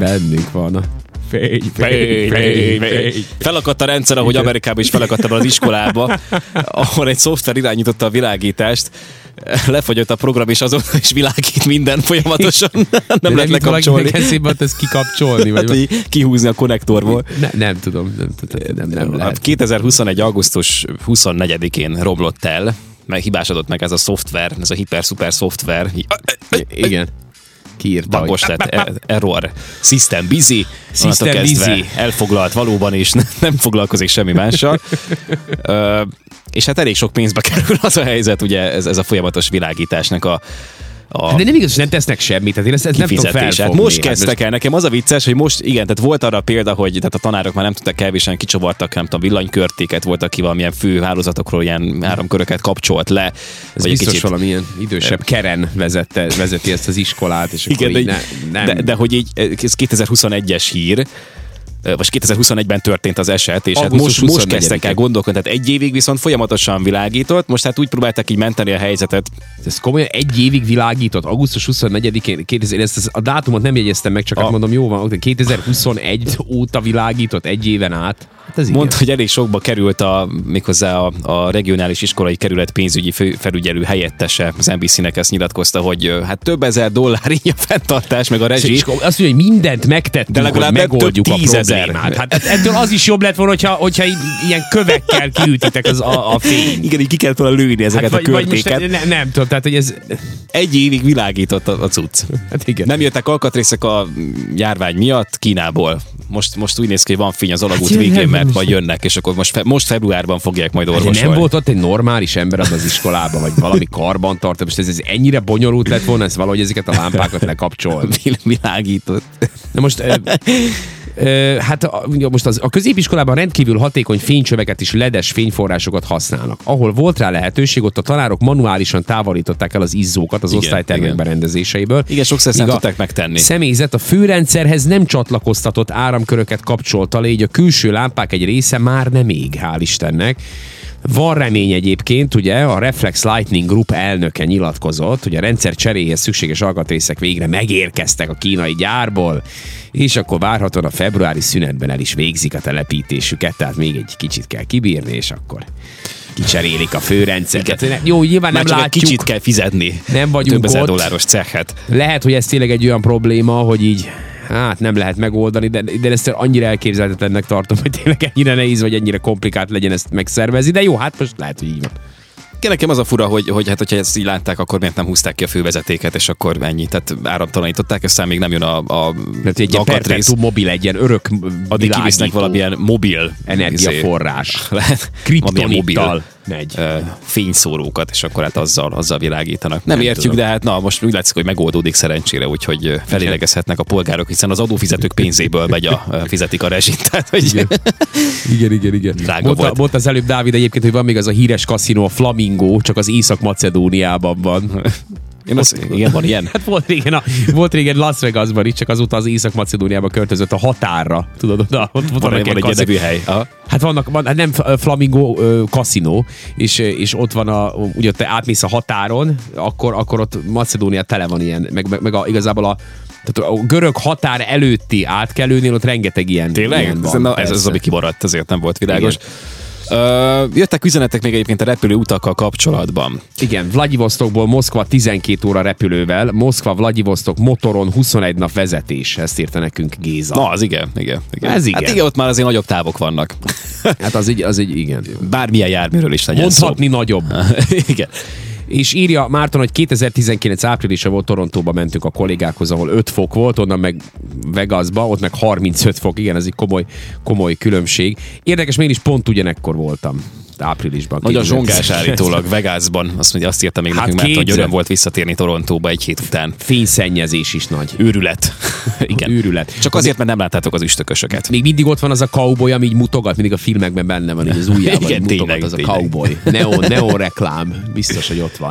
Bennünk van a fény, Fény, fény, fény. Felakadt a rendszer, ahogy Amerikában is felakadt abban az iskolába, ahol egy szoftver irányította a világítást, lefagyott a program, és azóta is világít minden folyamatosan. Nem lehet lekapcsolni. eszébe jut, ezt kikapcsolni, Hát, vagy hogy kihúzni a konnektorból. ne, nem tudom, nem, nem, nem, nem Hát lehet. 2021. augusztus 24-én romlott el, mert hibásodott meg ez a szoftver, ez a hiper-szuper szoftver. Igen. Kiírta, hogy Bagos lett, e- error, system busy, System onnantól kezdve busy. elfoglalt valóban, és ne- nem foglalkozik semmi mással. Ö, és hát elég sok pénzbe kerül az a helyzet, ugye ez, ez a folyamatos világításnak a, a de nem igaz, hogy nem tesznek semmit, tehát én ezt, ezt Hát nem tudom kifizetés. Hát felfogni. most Hát kezdtek el, nekem az a vicces, hogy most, igen, tehát volt arra példa, hogy tehát a tanárok már nem tudtak elviselni, kicsobartak, nem tudom, villanykörtéket, volt, aki valamilyen főhálózatokról ilyen áramköröket kapcsolt le. Ez vagy egy biztos valamilyen idősebb Keren vezette, vezeti ezt az iskolát, és akkor Igen, de, így így- ne, nem. De, de hogy így, eh, ez 2021-es hír, eh, vagy 2021-ben történt az eset, és hát Augusztus most, most kezdtek 24-e. el gondolkodni. Tehát egy évig viszont folyamatosan világított, most hát úgy próbálták így menteni a helyzetet. Ez komolyan egy évig világított, augusztus 24-én, 2000, ezt, ezt a dátumot nem jegyeztem meg, csak azt mondom, jó van, oké, 2021 óta világított egy éven át. Hát ez Mondta, hogy elég sokba került a, méghozzá a, a regionális iskolai kerület pénzügyi fő, felügyelő helyettese, az NBC-nek ezt nyilatkozta, hogy ö, hát több ezer dollár így a fenntartás, meg a Igen. rezsi. És akkor azt mondja, hogy mindent megtettünk, de De hogy legalább nem megoldjuk több a tízezer. problémát. Hát et- ettől az is jobb lett volna, hogyha, hogyha így, ilyen kövekkel kiütitek az a, a fényt. Igen, így ki kellett volna lőni ezeket Hát hát, a vagy, vagy most körtéket. ne, nem tudom, tehát hogy ez... Egy évig világított a, a cucc. Hát igen. Nem jöttek alkatrészek a járvány miatt Kínából. Most, most úgy néz ki, hogy van fény az alagút Hát jön, végén, nem, mert nem. majd jönnek, és akkor most, fe, most februárban fogják majd De orvosolni. nem volt ott egy normális ember az az iskolában, vagy valami karbantartó, most ez, ez ennyire bonyolult lett volna, ezt valahogy ezeket a lámpákat lekapcsol. Vil- világított. Na most, ö, ö, hát a, ugye most az, a középiskolában rendkívül hatékony fénycsöveket és ledes fényforrásokat használnak. Ahol volt rá lehetőség, ott a tanárok manuálisan távolították el az izzókat az Igen, osztálytermek igen. berendezéseiből. Igen, sokszor ezt nem Míg a tudták megtenni. Személyzet a főrendszerhez nem csatlakoztatott áramköröket kapcsolta le, így a külső lámpák egy része már nem ég, hál' Istennek. Van remény egyébként, ugye a Reflex Lightning Group elnöke nyilatkozott, hogy a rendszer cseréhez szükséges alkatrészek végre megérkeztek a kínai gyárból, és akkor várhatóan a februári szünetben el is végzik a telepítésüket, tehát még egy kicsit kell kibírni, és akkor kicserélik a főrendszert. Igen. Tehát Jó, nyilván nem Már csak egy látjuk. kicsit kell fizetni. Nem vagyunk Több ezer ott. dolláros cehet. Lehet, hogy ez tényleg egy olyan probléma, hogy így hát nem lehet megoldani, de, de ezt annyira elképzelhetetlennek tartom, hogy tényleg ennyire nehéz, vagy ennyire komplikált legyen ezt megszervezni, de jó, hát most lehet, hogy így van. Igen, nekem az a fura, hogy, hogy hát, hogyha ezt így látták, akkor miért nem húzták ki a fővezetéket, és akkor ennyi. Tehát áramtalanították, aztán még nem jön a, a Tehát egy ilyen alkatrész. perpetuum mobil, egy ilyen örök Addig kivisznek világító valamilyen mobil izé, energiaforrás. lehet valamilyen Kriptonittal mobil megy. ö, fényszórókat, és akkor hát azzal, azzal világítanak. Nem, Nem értjük, tudom. de hát na, most úgy látszik, hogy megoldódik szerencsére, úgyhogy ö, felélegezhetnek a polgárok, hiszen az adófizetők pénzéből megy a, ö, fizetik a rezsit. Tehát, hogy Igen. Igen, igen, igen. Drága Mondta, volt. mondta az előbb Dávid egyébként, hogy van még az a híres kaszinó, a Flamingo, csak az Észak-Macedóniában van. Én azt, igen, van ilyen. Hát volt régen, a, volt régen Las Vegasban is, csak azóta az Észak-Macedóniába költözött a határra. Tudod, oda, ott, ott Van, vannak van, ilyen egy kaszinó. ilyen hely. Aha. Hát vannak, van, hát nem f- Flamingo ö, kaszinó, és, és ott van a, ugye te átmész a határon, akkor, akkor ott Macedónia tele van ilyen, meg, meg, meg a, igazából a, tehát a görög határ előtti átkelőnél ott rengeteg ilyen, ilyen Tényleg? van. Ez, na, ez, az, persze. ami kimaradt, ezért nem volt világos. Ö, jöttek üzenetek még egyébként a repülő utakkal kapcsolatban. Igen, Vladivostokból Moszkva 12 óra repülővel, Moszkva Vladivostok motoron 21 nap vezetés, ezt írta nekünk Géza. Na, az igen, igen. igen. Ez Hát igen. igen, ott már azért nagyobb távok vannak. Hát az így, az így igen. Bármilyen járműről is legyen szó. Mondhatni nagyobb. Igen. És írja Márton, hogy 2019 áprilisa volt, Torontóba mentünk a kollégákhoz, ahol 5 fok volt, onnan meg Vegasba, ott meg 35 fok, igen, ez egy komoly, komoly különbség. Érdekes, én is pont ugyanekkor voltam áprilisban. Nagyon 2019. zsongás állítólag Vegasban. Azt mondja, azt írta még Hát nekünk, mert hogy képzeld. öröm volt visszatérni Torontóba egy hét után. Fényszennyezés is nagy. Őrület. Igen. Őrület. Csak azért, mert nem láttátok az üstökösöket. Még mindig ott van az a cowboy, ami így mutogat, mindig a filmekben benne van, így az ujjával Igen, így mutogat tényleg, az a tényleg. cowboy. Neon, neon reklám, biztos, hogy ott